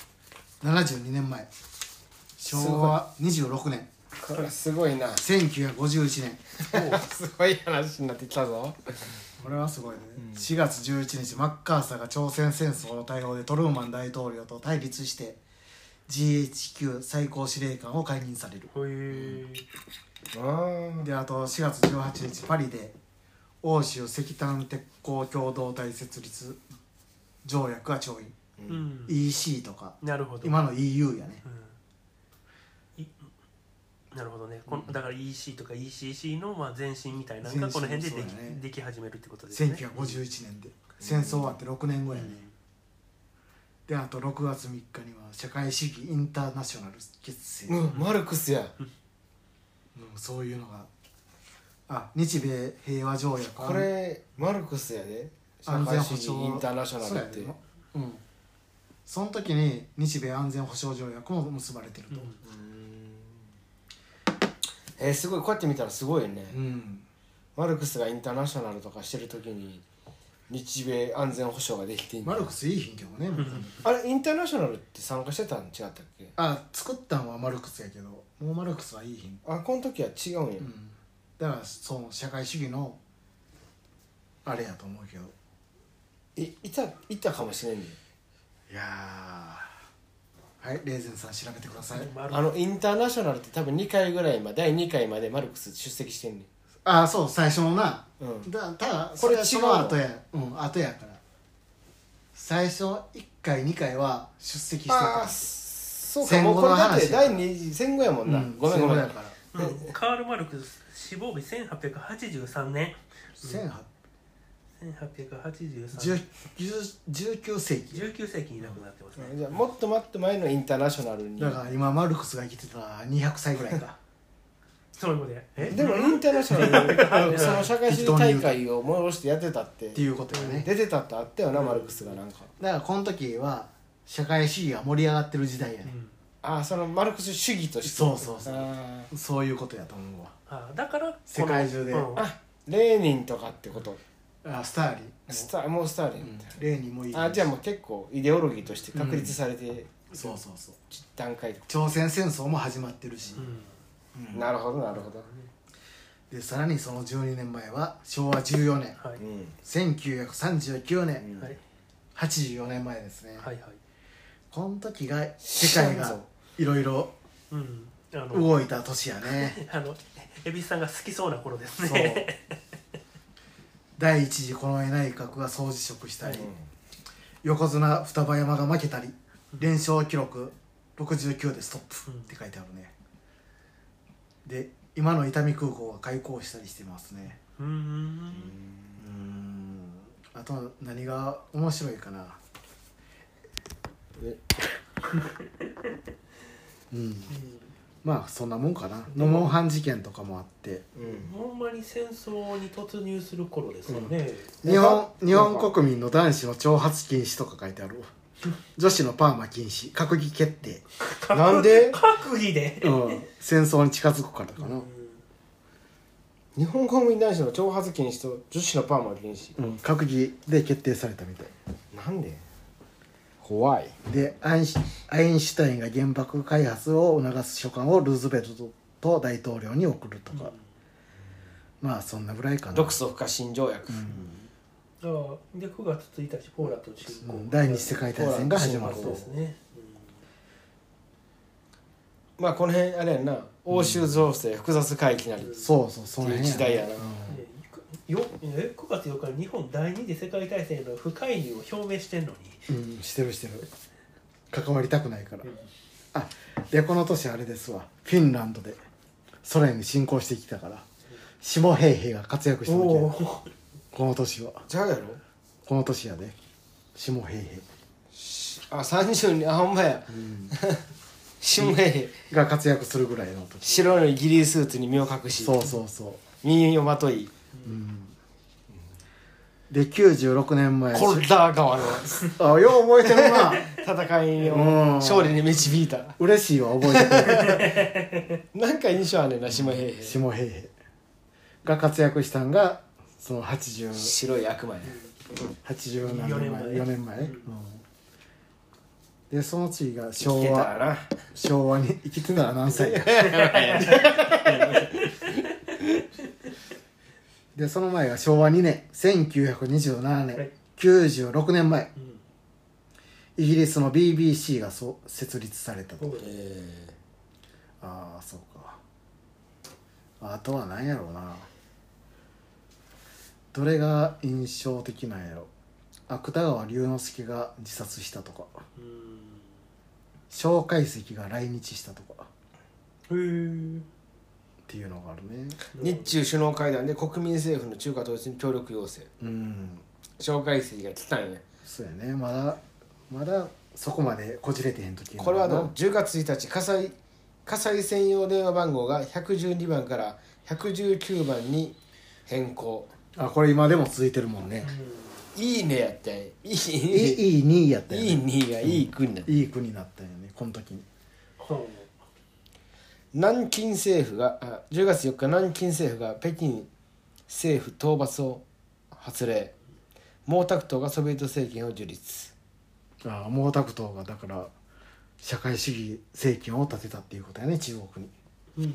72年前昭和26年
これす
<laughs>
ごいな
1951年
すごい話になってきたぞ
これはすごいね、4月11日マッカーサーが朝鮮戦争の対応でトルーマン大統領と対立して GHQ 最高司令官を解任される
そういう
あー
であと4月18日パリで欧州石炭鉄鋼共同体設立条約が調印
うん
EC とか
なるほど、
今の EU やね
うんいなるほどねこのだから EC とか ECC のまあ前身みたいなのがこの辺でで
前身
き,、
そうだね
でき始めるってことですね
1951年で戦争終わって6年後やね、であと6月3日には社会主義インターナショナル結成、
うん、マルクスや
うんそういうのがあ日米平和条約
これマルクスやで社
安
会
全
主
保
義
障
インターナショナルって
そうやねうんその時に日米安全保障条約も結ばれてると
う
えーすごいこうやって見たらすごいよね、
うん
マルクスがインターナショナルとかしてる時に日米安全保障ができていいんだ
マルクスいい品けどね別に
あれインターナショナルって参加してたん違ったっけ
あ作ったんはマルクスやけどもうマルクスはいい品
あこの時は違うんや、
うんだからその社会主義のあれやと思うけど
いいたいたかもしれんね
いやーはいレーゼンさん調べてください
ま
あのインターナショナルって多分2回ぐらいまで第2回までマルクス出席してんね
ああそう最初のなん
うん
だただ
これ
そ
違う
は
の
その後やうん後やから最初1回2回は出席してた
ああそうか
戦後
もうこれ
の話
だって
や
第2次戦後やもんな、
うん
ごめんごめん
そうやから
うんカール・マルクス死亡日1883年1883年
1819世紀
19世紀に亡くなってますね、
じゃあもっともっと前のインターナショナルに
だから今マルクスが生きてたら200歳ぐらいか
そういうことでえ
でもインターナショナル
<laughs>
うん
その社会主義大会を催してやってたって
っていうことよね
出てたってあったよなマルクスがなんか
だからこの時は社会主義が盛り上がってる時代や
う
ね、
ん
ああそのマルクス主義として
そうそうそう
あー
そういうことやと思うわ
あだからこの
世界中で
うん
あレーニンとかってこと
あスターリン
スタもうスターリ
う
ンみ
ん
たいな
レーニンもいい
あじゃあもう結構イデオロギーとして確立されて
そうそうそう
段階とか
朝鮮戦争も始まってるし、
うん
うん
なるほどなるほど
でさらにその12年前は昭和14年
はい、
うん
1939年、
うん
はい
84年前ですね、
はいはい
この時が世界
知らん
が <laughs>
ぞ
いろいろ
うんあの
動いた年やね
<laughs> あの恵比寿さんが好きそうな頃です
そう
ね
第一次近衛内閣が総辞職したり、
うん
横綱双葉山が負けたり連勝記録69でストップ
うん
って書いてあるね、で今の伊丹空港が開港したりしてますね
<laughs> うーん
うーんあと何が面白いかな
え
<laughs> うんまあそんなもんかなノモンハン事件とかもあって
うん
ほんまに戦争に突入する頃ですよね、
日本
うん
日本国民の男子の挑発禁止とか書いてあ <laughs> るわ女子のパーマ禁止閣議決定、
なんで
閣議で
うん、戦争に近づくからかな、
日本公務員男子の挑発禁止と女子のパーマ禁止
うん、閣議で決定されたみたい
なんで怖い
でアインシュアインシュタインが原爆開発を促す書簡をルーズベルト大統領に送るとか、まあそんなぐらいかな
独ソ不可侵条約、
ああで9月1日ポーランド侵
う
攻、
ん第二次世界大戦が始ま
あ
る
そうですね、
まあこの辺あれやんな欧州情勢複雑回帰なり、
そうそうその辺
時代やな
うんでよえ9月4日に日本第二次世界大戦への不介入を表明してんのに
うん、うんしてるしてる関わりたくないから、あでこの年あれですわフィンランドでソ連に侵攻してきたから下平兵が活躍したわけ
お
や
お
この年は
ちゃうやろ
この年やで下平兵
あ三十にあほんまや、 <laughs> 下へ
が活躍するぐらいの時
白のギリースーツに身を隠し
そうそうそう
身をまとい
で96年前
コルダー <laughs> 川の
あよう覚えてるな
戦いを
うん
勝利に導いた
嬉しいは覚えてくれる
なんか印象あんねんな下平
下平兵が活躍したんがその80
白い悪魔や
80何年前
4
4
年前
年前、うんでその次が
生
昭
きてた
和
ら
昭和に生きてたら何歳かでその前が昭和2年1927年、
はい
96年前
うん
イギリスの BBC がそう設立されたと
おう
な、え
ああそうかあとは何やろうなどれが印象的なんやろ芥川龍之介が自殺したとか
うん
介石が来日したとか
へー
っていうのがあるね
ー日中首脳会談で国民政府の中華統一に協力要請
うん
蒋介石が来たんや
そうやねまだまだそこまでこじれてへん時
これは
ど
の10月1日火災火災専用電話番号が112番から119番に変更
あこれ今でも続いてるもんね
いいねやったんやい
い
い
いい2位やったよね
いいねがいい国だ
いい国になったよねこの時に
そう
南京政府があ10月4日南京政府が北京政府討伐を発令毛沢東がソビエト政権を樹立
ああ毛沢東がだから社会主義政権を立てたっていうことやね中国に
うん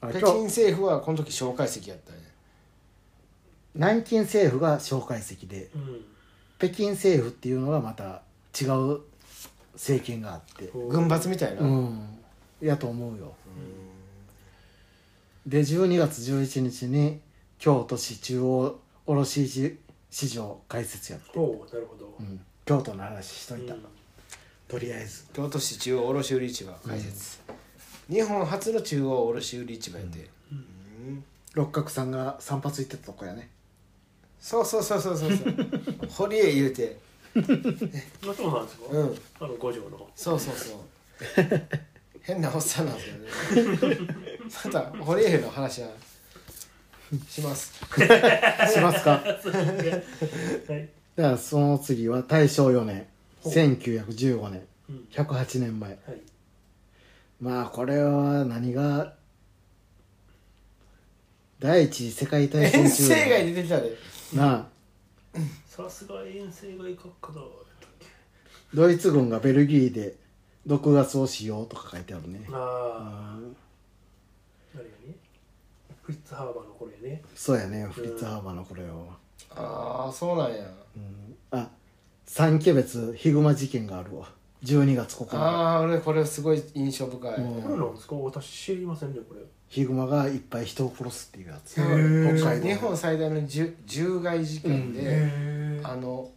あ
北
今
京
日
政府はこの時蒋介石やったんや
南京政府が蒋介石で
うん
北京政府っていうのがまた違う政権があって
軍閥みたいな、
うんやと思うよで12月11日に京都市中央卸市市場開設やって、
ほうなるほど
うん、京都の話しと
う
い
ん
た、とりあえず
京都市中央卸売市場開設、日本初の中央卸売市場やで、うん
六角さんが散髪行ってたとこやね
そうそうそうそう <laughs> そうそう堀江言うて
まあそうなんですか
うん
あの五条の
そうそう <laughs> そう変なおっさんなんですよね <laughs> また堀江の話はします
しますか
はい
じゃあその次は大正4年
ほう
1915年
うん
108年前
はい
まあこれは何が第一次世界大戦
遠
中
征外に出てたで
なあ
さすが遠征がいかっかだ
ドイツ軍がベルギーで毒ガスを使用とか書いてあるね
あああれやねフリッツハーバーの頃やね
そうやねフリッツ・ハーバーのこれを、
ああそうなんや
うん、あ三毛別ヒグマ事件があるわ12月9日
ああ俺これすごい印象深い、
うん
そうなんですか私知りませんねこれ
ヒグマがいっぱい人を殺すっていうやつ
なんか
北海道
日本最大の獣獣害事件で、
へ
あの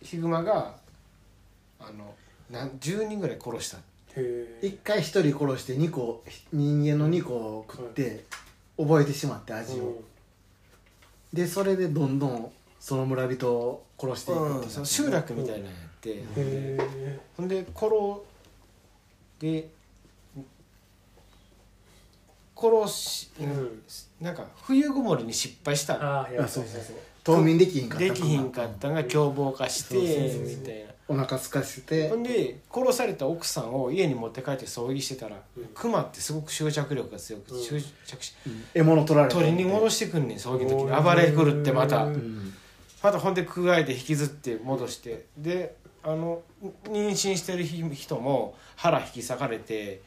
ヒヒグマがあのなん10人ぐらい殺した
え
一回一人殺して2個人間の2個を食って覚えてしまって味を、でそれでどんどんその村人を殺していくっていうやつ
その集落みたいなのやって、
へえ
ほんで殺で殺し、
うん
なんか冬ごもりに失敗した
ああや
あそうそうそう冬眠できひんかった
できひんかったんが凶暴化して
そう
みたい
お腹空かせ
な
て
ほんで殺された奥さんを家に持って帰って葬儀してたら、
うん
クマってすごく執着力が強く、
うん
執着し
獲物取られた
鳥に戻
し
してくんねん葬儀の時に暴れ狂ってまた。
うん
またほんでくわえて引きずって戻してであの妊娠してる人も腹引き裂かれて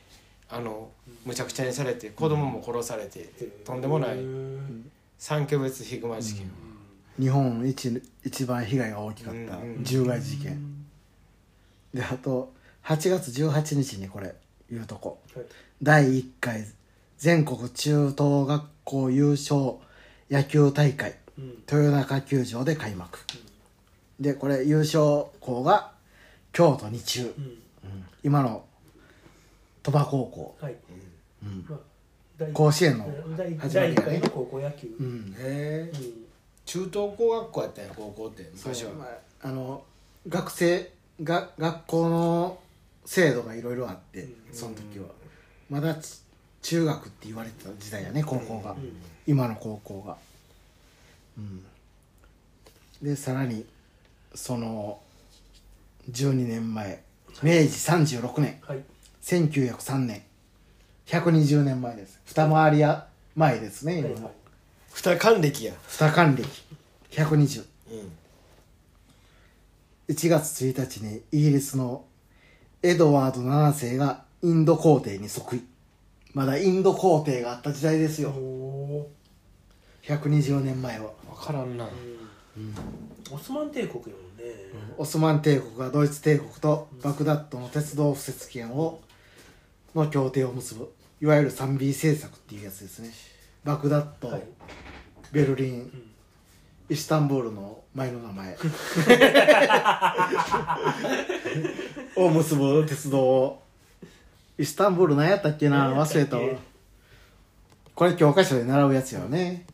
あのむちゃくちゃにされて子供も殺されて、とんでもない
うん
三巨別ヒグマ事件、
日本一一番被害が大きかった
うん
獣害事件、であと8月18日にこれ言うとこ
はい
第1回全国中等学校優勝野球大会
うん
豊中球場で開幕、でこれ優勝校が京都二中、
うん
うん今の鳥羽高校、
はい
うん
まあ第
甲子園の、
第
始まり
第
やね
一回の高校野球
う
うん
ん、
へえ中東工学校やったんや高校って昔は
まああの学生が学校の制度がいろいろあって
うん
その時はまだち中学って言われてた時代やね高校が、
うん
今の高校がうんでさらにその12年前明治36年
はい
1903年120年前です二回りや前ですね今
はいは
の
い
二還暦や、
二還暦120
うん、
1月1日にイギリスのエドワード7世がインド皇帝に即位まだインド皇帝があった時代ですよ
お
120年前は
分からんな
ーうんオスマン帝国やもんね
オスマン帝国がドイツ帝国とバグダッドの鉄道敷設権をの協定を結ぶいわゆる 3B 政策っていうやつですねバグダッド、
はい
ベルリン、イスタンブールの前の名前 <laughs> を結ぶ鉄道をイスタンブール何やったっけな
何やっ
忘
たっけ
れたわこれ教科書で習うやつよね、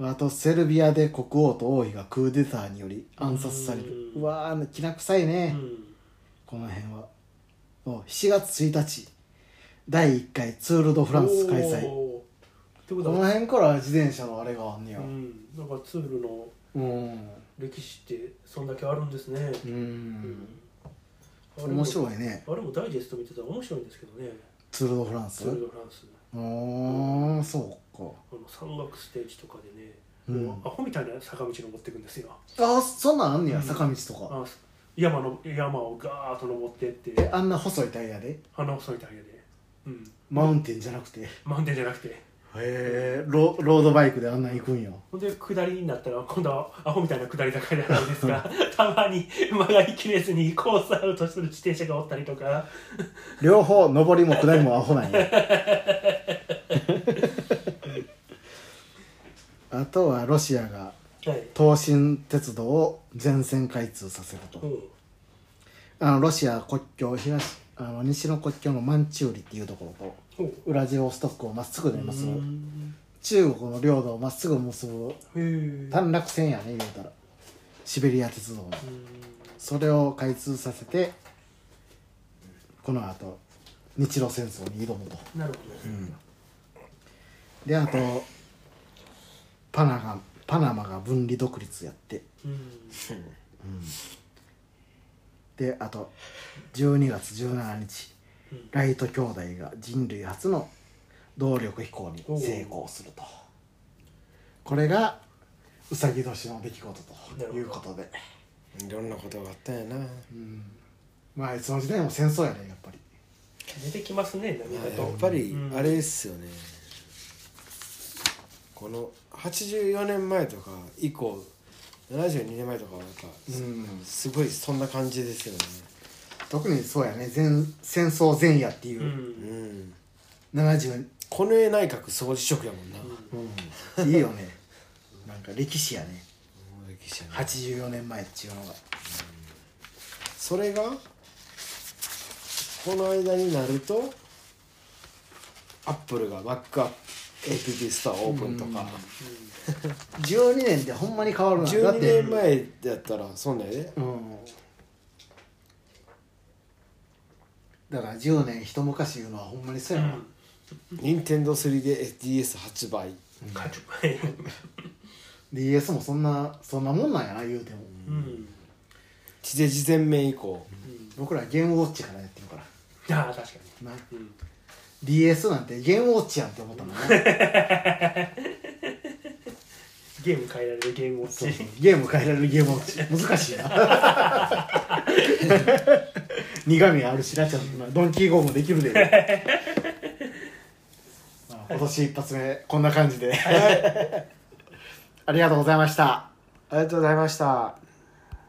あとセルビアで国王と王妃がクーデターにより暗殺される
うん
うわーきな臭いね、この辺はお7月1日第1回ツール・ド・フランス開催こ
おーってこと
の
は、
辺から自転車のあれがあんね
う
や
ん、なんかツールの
うん
歴史ってそんだけあるんですね、
うん、
うん
面
い
白いね
あれもダイジェスト見てたら面白いんですけどね
ツール・ド・フランス
ツール・ド・フランス
うーんそうか
あの山岳ステージとかでね、
うん
もうアホみたいな坂道登っていくんですよ
あそんなんあんねや、
うん
坂道とか
あ山の山をガーッと登ってって
えあんな細いタイヤで
鼻を細いタイヤで、うん、
マウンテンじゃなくてへ
満点じゃなくて
えロロードバイクであんなん行くんよ
ほんで下りになったら今度はアホみたいな下り坂じゃないですかたまに曲がりきれずにコースアウトする自転車がおったりとか
両方上りも下りもアホなん <laughs> やあとはロシアが
はい、
東進鉄道を全線開通させると、
うん
あのロシア国境東あの西の国境のマンチューリっていうところ
ほう
とウラジオストックをまっすぐで結
う
ぶ
ん
中国の領土をまっすぐ結ぶ
へえ
短絡線やね言うたらシベリア鉄道のそれを開通させてこのあと日露戦争に挑むと
なるほ
であとパナがパナマが分離独立やって
ど、うん
であと12月17日
うん
ライト兄弟が人類初の動力飛行に成功するとこれがうさぎ年の出来事
なるほ
と
ど
いうことで、
いろんなことがあったんやな
うん、まあいつの時代も戦争やねやっぱり
出てきますね何か
や
と
っぱり
うん
あれですよね、この84年前とか以降72年前とかはやっぱ
うん
すごいそんな感じですよね
特にそうやね前戦争前夜っていうう、
うんん
70
近衛内閣総辞職やもんな、
うん、いいよね <laughs> なんか歴史やね
歴史やね
84年前っていうのが
それがこの間になるとアップルがマックアップ APP ストアオープンとか、
12年ってほんまに変わるなだっ
12
て
年前だったらそんなんやで
うんだから10年一昔言うのはほんまにそうやな、
任天堂3で DS 発売
勝ち前
DS もそんなそんなもんなんやな言うても、
うん
地デジ全面以降
僕らゲームウォッチからやってるから
ああ確か
な
に、うん、
DS なんてゲームウォッチやんって思ったもん
<laughs>
ね
ゲーム変えられるゲームウォ
そう
ッ
そ
チ
うゲーム変えられるゲームウォッチ難しいな <laughs> 苦味あるしなちゃんとなドンキーゴーもできるで
<laughs>
まあ今年一発目こんな感じで <laughs> ありがとうございました
ありがとうございました